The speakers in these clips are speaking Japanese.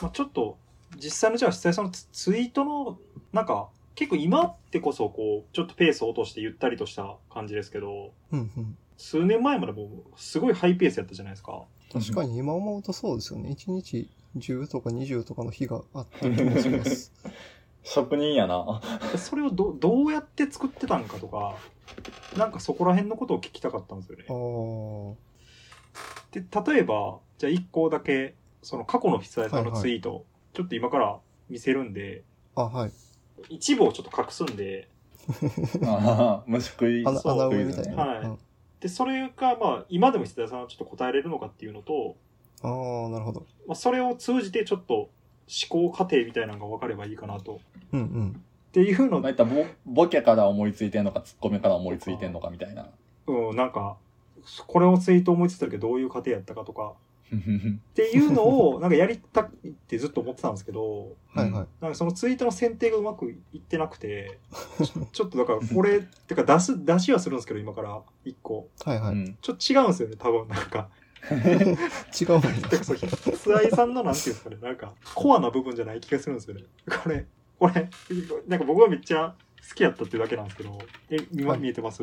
まあ、ちょっと実際のじゃあ実際そのツツイートのなんか結構今ってこそこうちょっとペースを落としてゆったりとした感じですけどうんうん。数年前までもうすごいハイペースやったじゃないですか確かに今思うとそうですよね。1日10とか20とかの日があった気がします。職人やな。 でそれをどどうやって作ってたんかとかなんかそこら辺のことを聞きたかったんですよねあーで例えばじゃあ1個だけその過去の被災さんのツイート、ちょっと今から見せるんであ、はい。一部をちょっと隠すんでああ、虫食い。穴そう穴埋めみたいな。はいうんでそれがまあ今でも被災さんはちょっと答えれるのかっていうのと、ああ、なるほど。まあ、それを通じてちょっと思考過程みたいなのが分かればいいかなとうんうん。っていうのまで、あ、いったらボボケから思いついてんのか、ツッコミから思いついてんのかみたいな。うん、なんかこれをツイート思いついたけどどういう過程やったかとかっていうのをなんかやりたいってずっと思ってたんですけどはいはい。なんかそのツイートの選定がうまくいってなくてちょ ちょっとだからこれってか出す出しはするんですけど今から1個はいはうい。ん。ちょっと違うんですよね多分なんか違うもん ね。てかそう津愛さんのなんていうんですかねなんかコアな部分じゃない気がするんですよねこれこれなんか僕はめっちゃ好きやったっていうだけなんですけどえ見,、はい見えてます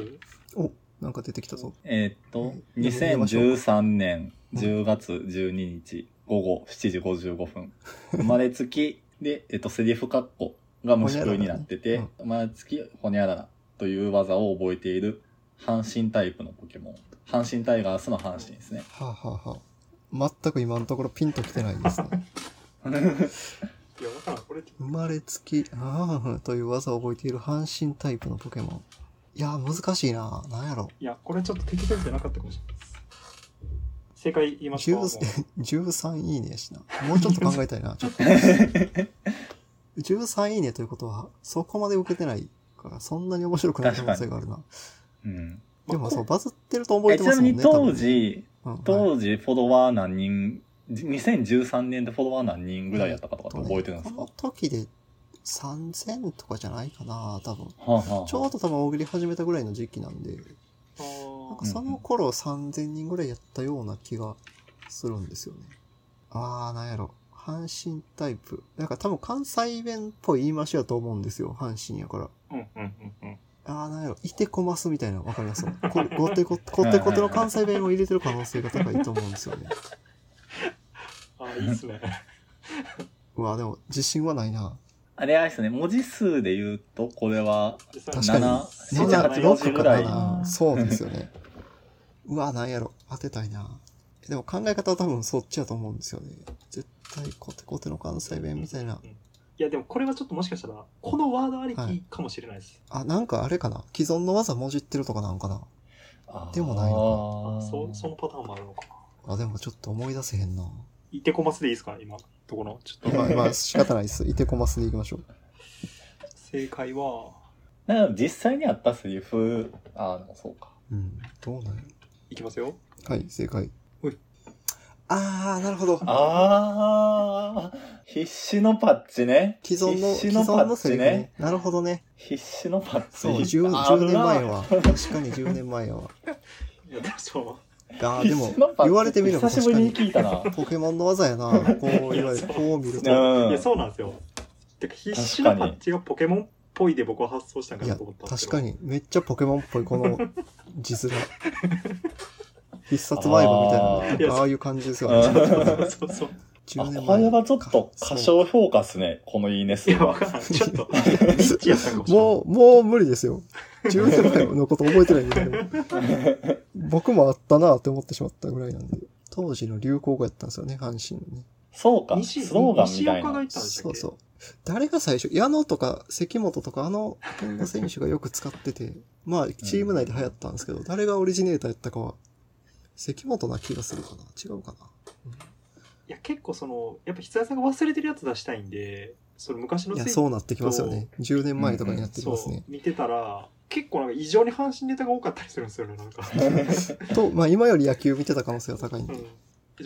お、なんか出てきたぞ。えーっと、うん2013年10月12日午後7時55分。生まれつきで、えっと、セリフカッコが虫食いになってて、うん生まれつきホニャララという技を覚えている阪神タイプのポケモン。阪神タイガースの阪神ですね。はあ、はあはあ、全く今のところピンときてないですね。いやわからんこれ生まれつき、あーという技を覚えている半身タイプのポケモン。いやー、難しいな。なんやろ。いや、これちょっと適切じゃなかったかもしれないです。正解言いましょう。 13 13いいねやしな。もうちょっと考えたいな。 ちょっと13いいねということは、そこまで受けてないから、そんなに面白くない可能性があるな。うん、にでも、そう、バズってると思ええてちまなすもみんにね。当時、多分、うんはい当時フォロワー何人、じ2013年でフォロワー何人ぐらいやったかとかって覚えてるんですか、こはの時で3000とかじゃないかな、多分。あはあちょうど多分大喜利始めたぐらいの時期なんで、あなんーかその頃3000人ぐらいやったような気がするんですよね。あー、なんやろ。阪神タイプ。なんか多分関西弁っぽい言い回しやと思うんですよ。阪神やから。うんうんうんうん。あー、なんやろ。いてこますみたいなのわかり ますこごてこ、こてこての関西弁を入れてる可能性が高いと思うんですよね。あーいいっすね。うわー、でも自信はないな。あれあれですね、文字数で言うと、これは、確かに7、七7、8、4 6ぐかららい。な。そうですよね。うわ、なんやろ。当てたいな。でも考え方は多分そっちやと思うんですよね。絶対コテコテの関西弁みたいな。いや、でもこれはちょっともしかしたら、このワードありはいきかもしれないです。あ、なんかあれかな。既存の技もじってるとかなんかな。でもないあのそそのパターンもあるのかな。あ、でもちょっと思い出せへんな。いてこますでいいですか今、とこの。ちょっと。まあ、まあ、仕方ないです。いてこますでいきましょう。正解は、なんか実際にあったセリフ、ああ、そうか。うん。どうなんやいきますよ。はい、正解。ほいあー、なるほど。ああ、必死のパッチね。既存の、必既死のパ存のッセチリフねね。。なるほどね。必死のパッチ。そう、10, ある10な年前。は。確かに10年前やわ。いや、でもそう。あー、必でも死のパッ、チ言われてみれば久し確ぶかりにに。聞いたな。 ポケモンの技やな。こう言われて、こう見ると。いいや、うそうなんですよ。てか、必死のパッチがポケモンっぽいで僕は発想したんかなやと思ったん、ですけ確かど。に、めっちゃポケモンっぽい、この字面。必殺ワイブみたいなのあーなんかああいう感じですようねん。そうそうそう。 10年前ん。あ、これはちょっと過そう小評価っすね。このいい ねい数や、わは。からん。ちょっと、ニッチやったかもしれない。 もう、もう無理ですよ。10年前のこと覚えてないんだけど、僕もあったなって思ってしまったぐらいなんで。当時の流行語やったんですよね、阪神のね。そうか、西スローガンみ西たい岡がな。言ったんでしたそっうけそう。誰が最初、矢野とか関本とか、あの辺の選手がよく使って て、まあ、チーム内で流行ったんですけど、誰がオリジネーターやったかは、関本な気がするかな違うかないや結構そのやっぱ久谷さんが忘れてるやつ出したいんでその昔のいや、ツイそうなってきますよね。10年前とかになってきますそねう。見てたら結構なんか異常に阪神ネタが多かったりするんですよねなんか、 と、まあ、今より野球見てた可能性が高いんうで。ん、じ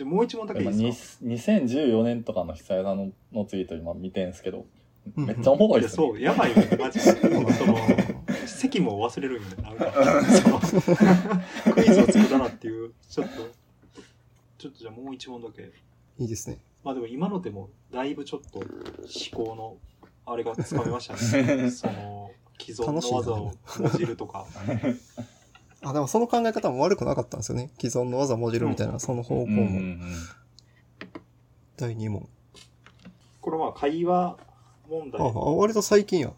ゃあもう一問だけいいでにす2014年とかの久谷さんののツイート今見てんすけうど、んうんめっちゃおもかろいいでやすね。そうやばいよねマジ でその席も忘れるんでなんかそのクイズを作ったなっていうちょっとちょっとじゃあもう一問だけいいですね。まあでも今のでもだいぶちょっと思考のあれがつかめました ねその既存の技をもじるとかあ、でもその考え方も悪くなかったんですよね。既存の技もじるみたいな、その方向うんうんうも。ん第2問。これまあ会話問題ああ、割と最近や。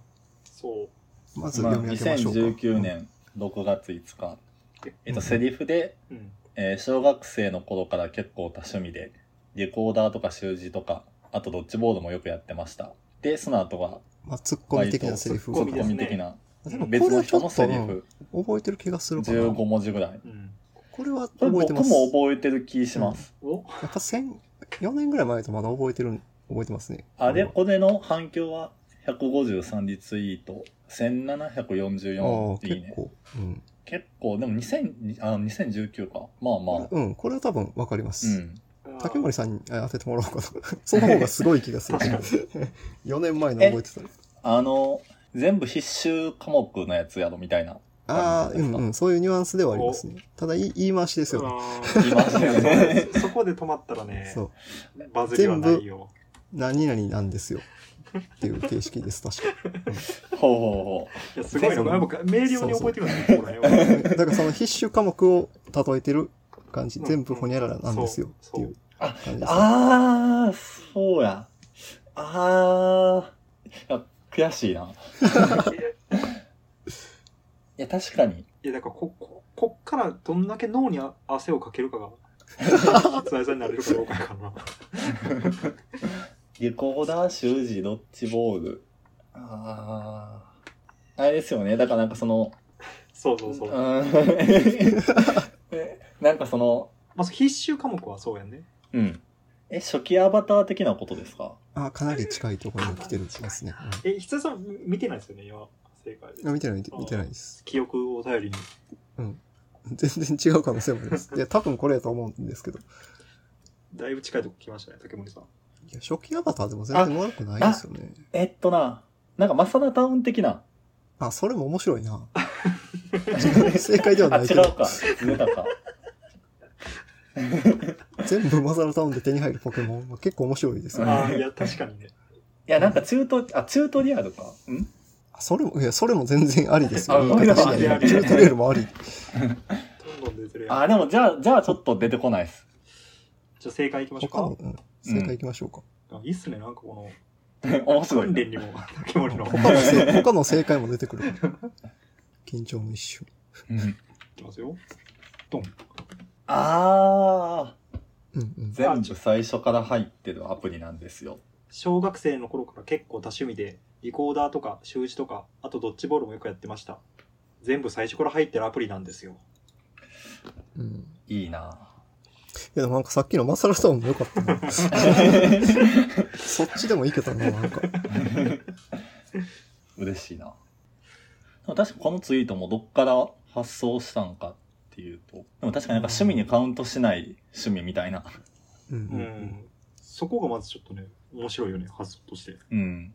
そうまずまあ読み上げましょうか。 2019年6月5日、えっうんと、セリフで、うんえー小学生の頃から結構多趣味で、レコーダーとか習字とか、あとドッジボードもよくやっってました。で、その後が、まあ、ツッコミ的なセリフツッココミミですね的な、でも別これのはちょ人っのとセリフ、うん覚えてる気がするかな。 15文字ぐらい。うんこれはこ覚れえ僕てもます。覚えてる気します。おやっぱ千4年ぐらい前とまだ覚えてる、覚えてますね。あれ、これの反響は153リツイート、ああ、 1744いい結ね。構。うん。結構、でも2000あ2019か。まあまあ。うん、これは多分わかりまうす。ん。竹森さんにあ当ててもらおうかな。 その方がすごい気がする。 確かに4年前の覚えてたら。あの、全部必修科目のやつやろみたいな。ああ、そううですんかうん、そういうニュアンスではありますね。ただ、い言い回しですよね。うん言いましたよねそこで止まったらねそう。バズりはないよ何々なんですよ。っていう形式です、確か。ほうほいやすごいのが僕明瞭に覚えてるんですよこれだからその必修科目を例えてる感じ、うん全部ほにゃららなんですよ。っていうそう感じですうほう。ね。あー、そうや。あー。あ悔しいな。い や、確かに。いやだからこここっからどんだけ脳にあ汗をかける かが伝えさになれるかどうかかなリコーダー、習字、ドッジボール。あー。あれですよね。だからなんかその、そうそうそうう、まーん なんかその、あ、必修科目はそうやねうん。え、初期アバター的なことですかあかなり近いところに来てる気ますね。えひつやさんみ見てないですよね今正解うん、あ見てない、見て見てないです。 記憶を頼りに全然違う可能性もあり ます。いや、多分これやと思うんですけど。いだいぶ近いとこ来ましたね竹森さんや、初期アバターでも全然悪くないですよね。えっとな、なんかマサダタウン的な。あそれも面白いな。正解ではあ、ない違けうど、か。ずれたか。全部マザラタウンで手に入るポケモンは結構面白いですよ、ね。ああいや確かにねいや、なんかチュート、あ、チュートリアルか。んあそれも、いや、それも全然ありですあよ。ごめんなさいチュートリアルもあり。どんどん出てるやんあ、でもじゃあ、じゃあちょっと出てこないです。 じゃあ正解いきましょう他かも、うん、正解いきましょうか。あいいっすねなんかこ面の白い訓ね。練にも竹森の他のせ 他の正解も出てくる。緊張の一瞬。うんいきますよあうー、んうん。全部最初から入ってるアプリなんですよ。小学生の頃から結構多趣味でリコーダーとか習字とかあとドッジボールもよくやってました全部最初から入ってるアプリなんですようん、いいな いや、でもなんかさっきのマサラタウンも良かったな。そっちでもいいけどな、なんか。嬉しいな。でも確かこのツイートもどっから発想したんかっていうと、でも確かになんか趣味にカウントしない趣味みたいな。うんう、うんんうん。そこがまずちょっとね面白いよね発想としてうん。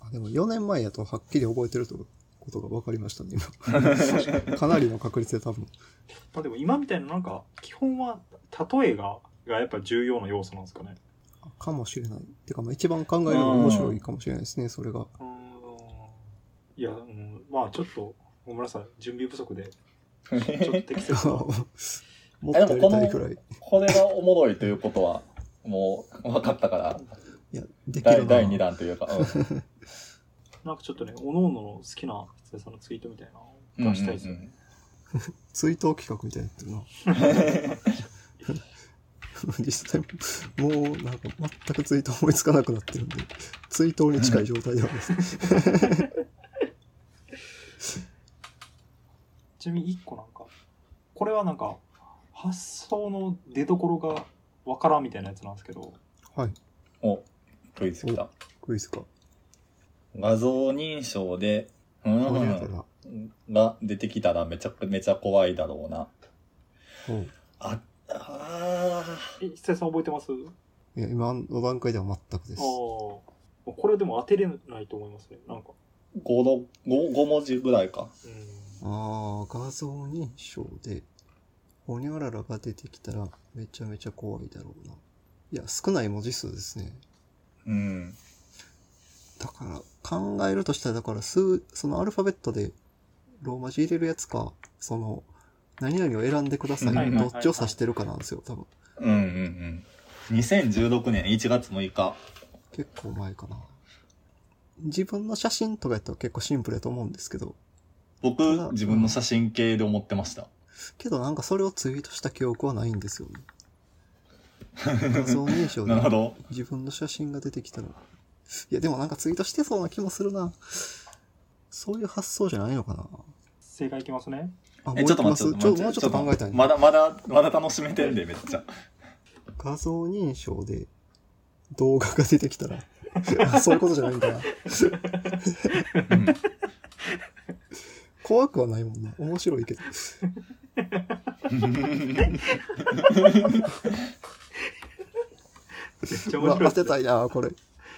あでも4年前やとはっきり覚えてるとことが分かりましたね、 今。かなりの確率で多分。まあでも今みたいななんか基本は例えががやっぱ重要な要素なんですかねかもしれない。てか、まあ一番考えるのが面白いかもしれないですね、それ が。うーんいや、うん、まあちょっとごめんなさい準備不足でちょっと適切 なもっとやりたいくらい。これがおもろいということは、もう分かったから、いや、できる第な。第2弾というか、うんなんかちょっとねおのおのの好きなひつやさんのツイートみたいなの出したいですよね、追悼企画みたいになってるな。 実際、もうなんか全く追悼思いつかなくなってるんで、追悼に近い状態ではあります。ちなみに1個なんかこれはなんか発想の出どころがわからんみたいなやつなんですけどはい、お、クイズ来た。クイズか。画像認証で、うこれやったん、ら、が出てきたらめちゃくめちゃ怖いだろうな。おうあ、あえひつやさん覚えてますあいや、今の段階では全くであす。これでも当てれないと思いますねなんかー、5、ろ五五文字ぐらいか。うんああ、画像認証で、ほにゃららが出てきたらめちゃめちゃ怖いだろうな。いや、少ない文字数ですね。うん。だから、考えるとしたら、だから、数、そのアルファベットで、ローマ字入れるやつか、その、何々を選んでください。うんはいはいはいどはいっちを指してるかなんですよ、多分。うんうんうん。2016年1月6日。結構前かな。自分の写真とかやったら結構シンプルやと思うんですけど、僕ただ、自分の写真系で思ってました。けどなんかそれをツイートした記憶はないんですよ ね。画像認証でなるほど。自分の写真が出てきたら。いや、でもなんかツイートしてそうな気もするな。そういう発想じゃないのかな。正解いきますね。あ、え、ちょっと待っもて、う一個いきますちょちょもっうちとょっと考待えってたいなまだまだ、まだ楽しめてんで、めっちゃ。画像認証で動画が出てきた ら、あそういうことじゃないんだな。うん怖くはないもんな。面白いけど。めっちゃう面わ、白い当っすてね。たいな、これ。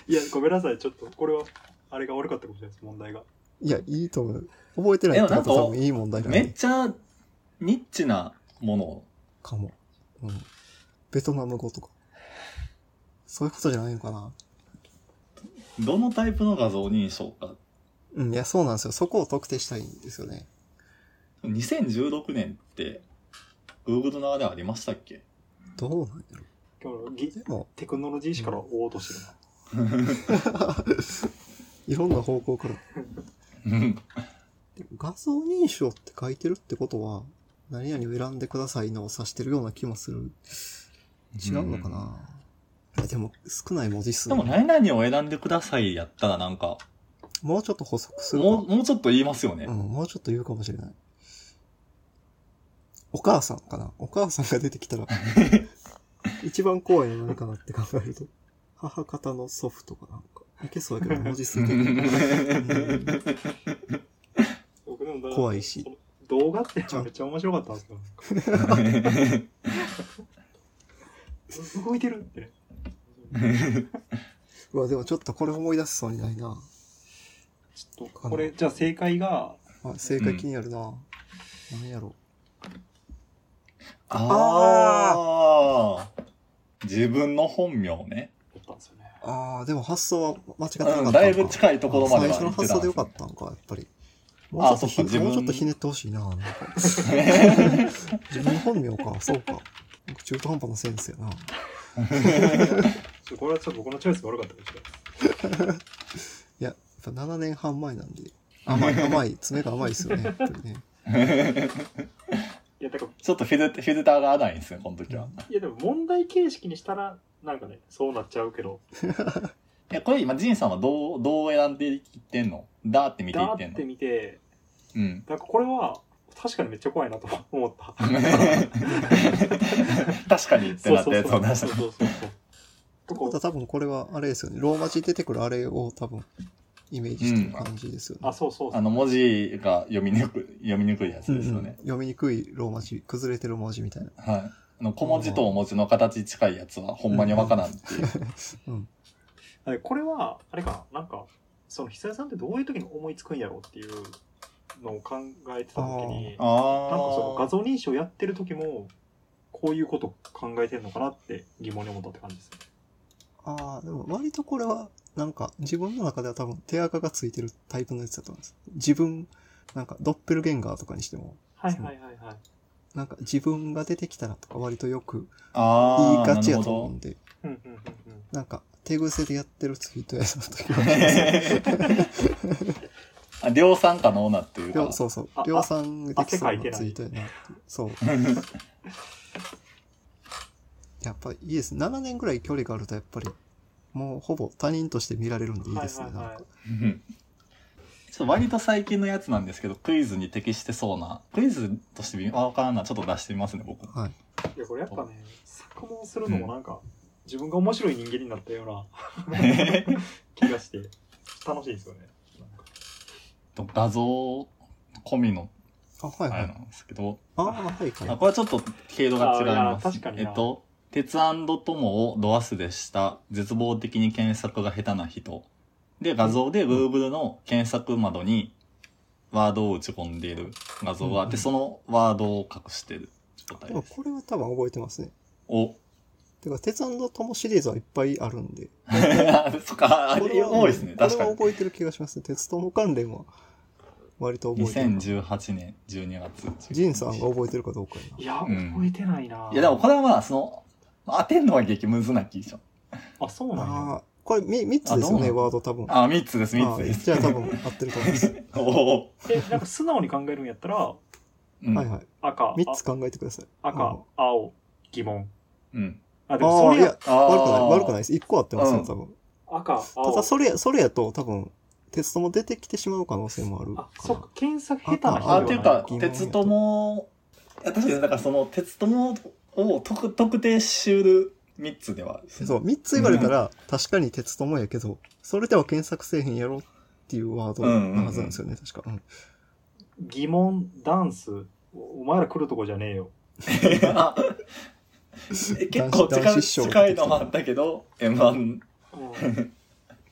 いや、ごめんなさい。ちょっと、これは、あれが悪かったかもしれないです、問題が。いや、いいと思う。覚えてないってことでもなん多か分いい問題な めのっちゃ、ニッチなもの。かも。うん。ベトナム語とか。そういうことじゃないのかな。どのタイプの画像認証か。うん、いや、そうなんですよ。そこを特定したいんですよね。 2016年って、Google のあれありましたっけどうなんやろ。今日のぎでも、テクノロジー史から追おうとしてるな。いろんな方向から。うんでも画像認証って書いてるってことは、何々を選んでくださいのを指してるような気もする。違うのかな、いやでも、少ない文字数。でも、何々を選んでくださいやったらなんか、もうちょっと補足するか。もう、もうちょっと言いますよねうん、。もうちょっと言うかもしれない。お母さんかなお母さんが出てき たら、一番怖いの何かなって考えると、母方の祖父とかなんか、いけそうやけど文字数 的に。僕でもだから怖いしその動画ってめっちゃ面白かったんですよ。う動いてるって。うわ、でもちょっとこれ思い出しそうにないな。ちょっと、これ、じゃあ正解が、あ、正解気になるな。なんやろああ。自分の本名ね。だったんですよね。う。ああ、でも発想は間違ってなかったうんか。んだいぶ近いところまで最初のは行って発想たんでですよかね。ったんか、やっぱり。もうちあょっとそひっか自分もうちょっとひねってほしいな。なんか自分本名か、そうか。僕中途半端なセンスやな。ちょこれはちょっと僕のチョイスが悪かったかもしれないいや、やっぱ7年半前なんで、甘い、甘い、爪が甘いですよね、やっぱり ね。いや、だから、ちょっとフィルフィルターが合わないんですね、この時は。いやでも問題形式にしたら、なんかね、そうなっちゃうけど、え、これ今、ジンさんはどう、どう選んでいってんのだーって見ていだってーんっのて見て、うん。 なんかこれは、確かにめっちゃ怖いなと思 った。確かにってそうなっそたうやそう。そつを出しうそうそた。うとまたこ多分これはあれですよね、ローマ字出てくるあれを多分、イメージしてる感じですよねあ、。そうそうそあう。の、文字が読みにくい、読みにくいやつうんうですよんね。読みにくいローマ字、崩れてる文字みたいな。はい。あの、小文字と大文字の形近いやつは、ほんまにわからんっていう。うん。あこれは、あれかな、なんか、その久江さんってどういう時に思いつくんやろうっていうのを考えてた時に、なんかああ。その画像認証やってる時も、こういうこと考えてんのかなって疑問に思ったって感じですね。ああ、でも割とこれは、なんか自分の中では多分手垢がついてるタイプのやつだと思います。自分、なんかドッペルゲンガーとかにしても、はいはいはいはい。なんか自分が出てきたらとか割とよく言あいあ。がちやと思うなるんで、うんうんうんうん。なんか手癖でやってるツイートやなときはほど あ量産可能なっていう量か。そうそうあ。量産できそう汗かいてなないツイートやなって。そう。 やっぱいいです。7年ぐらい距離があると、やっぱり、もうほぼ他人として見られるんでいいですね。はいはいはいなんかうんちょっと割と最近のやつなんですけど、クイズに適してそうな。クイズとして微妙あわからんな。ちょっと出してみますね、僕。 はい。いや、これやっぱね、作文するのもなんか、自分が面白い人間になったような気がして、楽しいですよね。なんか と画像込みのあ、はいあはれいな。んですけど、ああ、はいはい。あこれはちょっと経度が違いあいやます確か。にえなっと、鉄友をドアスでした絶望的に検索が下手な人。で、画像で Google の検索窓にワードを打ち込んでいる画像があうっんうて、んそのワードを隠してる状態でもです。これは多分覚えてますね。お、てか、鉄ともシリーズはいっぱいあるんで。 そっか、あこれれは多いですね、確こかれはに。覚えてる気がしますね。鉄友関連は、割と覚えてる。 2018年12月。ジンさんが覚えてるかどうかやいや、うん覚えてないな。いや、でもこれはまあ、その、当てんのは激ムズな気でしょ。あ、そうな。なんや。ああ、これみ3つですよあどうなね、のワード多分。あ、3つです、3つあであす。じゃあ多分合ってると思います。 おお。え、なんか素直に考えるんやったら、うんはいはい。赤、 3つ考えてください。あ赤、青、疑問。うん。あ、でもあそあ、いれやや、ああ悪くない、悪くないい。です。1個合ってますうよ、ん多分。赤、ただ、青。それ、それやと多分、鉄友出てきてしまう可能性もあるあか、そっらか、検索下手な人ではあ、ないていうか疑問、やと鉄友、いや確かになんかその、鉄友を特特定しうる3つでは。そう、3つ言われたら、確かに鉄友やけど、それでは検索せえへんやろっていうワードなはずなんですよね、確か。うん疑問、ダンス、おお前ら来るとこじゃねえよ。 あえ結構男子近男い子師匠近いのもあったけど、う M1、ん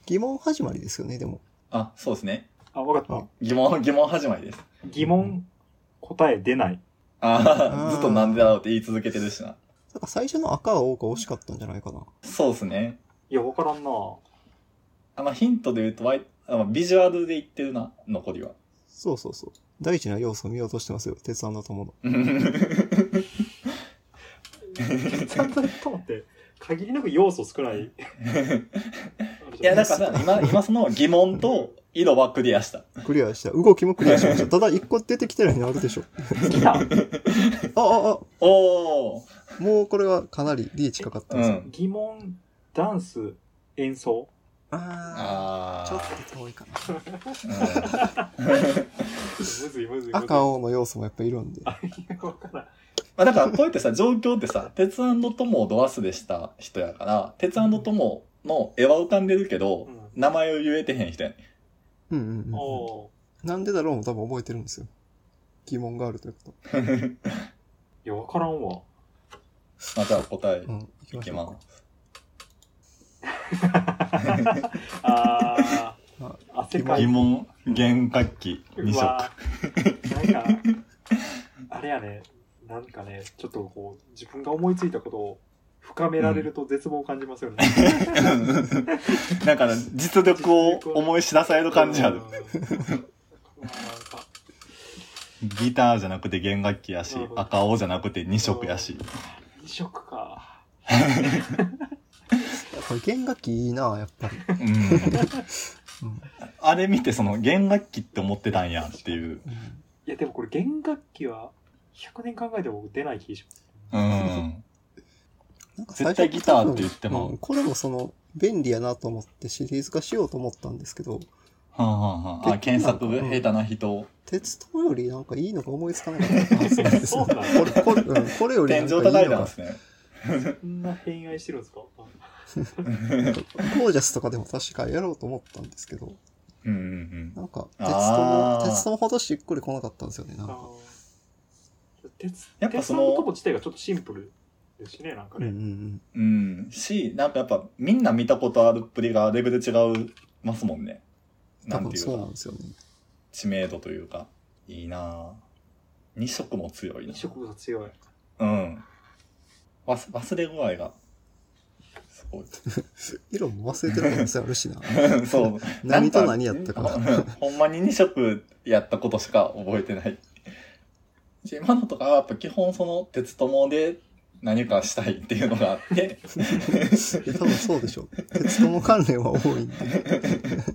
疑問始まりですよね、でも。あ、そうですね。あ、わかっあ疑問、 疑問始まりです。た。疑問、答え出ない。ああーあ、ずっとなんでだろうって言い続けてるしな。なんか最初の赤は青が惜しかったんじゃないかな。そうですね。いや、わからんな。あまあヒントで言うと、わいあまあビジュアルで言ってるな、残りは。 そうそうそう。大事な要素を見落としてますよ、鉄腕の友の。ちゃんと止まって、限りなく要素少 ない。いや、だから今、今その疑問と色はクリアした。クリアした。動きもクリアしました。ただ一個出てきてないのあるでしょ。来た。あああ、おーもうこれはかなりリーチかかってうますよ。ん。疑問、ダンス、演奏。あああ、ちょっあ。と遠いかな。うんむずいむずいむずい。赤青の要素もやっぱいるんで。 わからんまあだからこうやってさ、状況ってさ、鉄友をドアスでした人やから、鉄友の絵は浮かんでるけど、う名前を言えてへん人やねうんうんうん。おーなんでだろうも多分覚えてるんですよ。疑問があるということ。ん。いや、わからんわ。まあじゃあ答えう、ん。いきいまきしょうまか。 ああー、汗す。か疑い疑問、弦楽器、二う 色。わーなんか、あれやね、なんかね、ちょっとこう、自分が思いついたことを深められると絶望を感じますよね。だから実力を思い知らされる感じあるう。ん。なんかギターじゃなくて弦楽器やしなるほ、ど赤青じゃなくて二色やし。二色か。いやこれ弦楽器いいな、やっぱり。うんあれ見てその弦楽器って思ってたんやっていう。うんいや、でもこれ弦楽器は100年考えても出ない気がします。うん。なんか最絶初対ギターって言ってもうんこれもその、便利やなと思ってシリーズ化しようと思ったんですけど、はんはんはん。あ、検索下手な人。鉄塔よりなんかいいのが思いつかなかった はずなんですよ。そうなんこれこれうんこれより天なんか井いい叩のいたんでがす、ね。そんな偏愛してるんですかゴージャスとかでも確かやろうと思ったんですけど、うんうんなんか鉄あ塔、ー鉄塔ほどしっくり来なかったんですよね、なんか。鉄やっぱ鉄そののとこ自体がちょっとシンプルですしね、なんかうんうね。んうん。うん。うん。し、なんかやっぱみんな見たことあるっぷりがレベル違いますもんね。多なん分ていそううなかん、ですよね。知名度というか。いいなぁ。二色も強いな二。色が強い。うん。忘忘れ具合が。すごい。 色も忘れてる可能性あるしな。 そう。何と何やったかな。なんかほんまに2色やったことしか覚えてない。今のとかはやっぱ基本その鉄友で何かしたいっていうのがあって、 いや多分そうでしょう。鉄友関連は多いんで。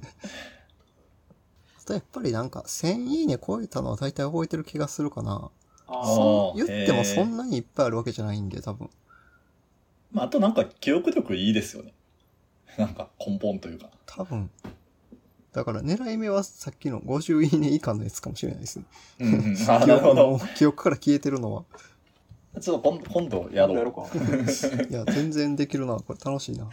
ただやっぱりなんか、1000いいね超えたのは大体覚えてる気がするかな。あそうあ。言ってもそんなにいっぱいあるわけじゃないんで、多分。まあ、あとなんか記憶力いいですよね。なんか根本というか。多分。だから狙い目はさっきの50いいね以下のやつかもしれないですね。うんうん。 あー、なるほ記憶のど。記憶から消えてるのは。ちょっと今今度やろやろうう。か。いや、全然できるな。これ楽しいな。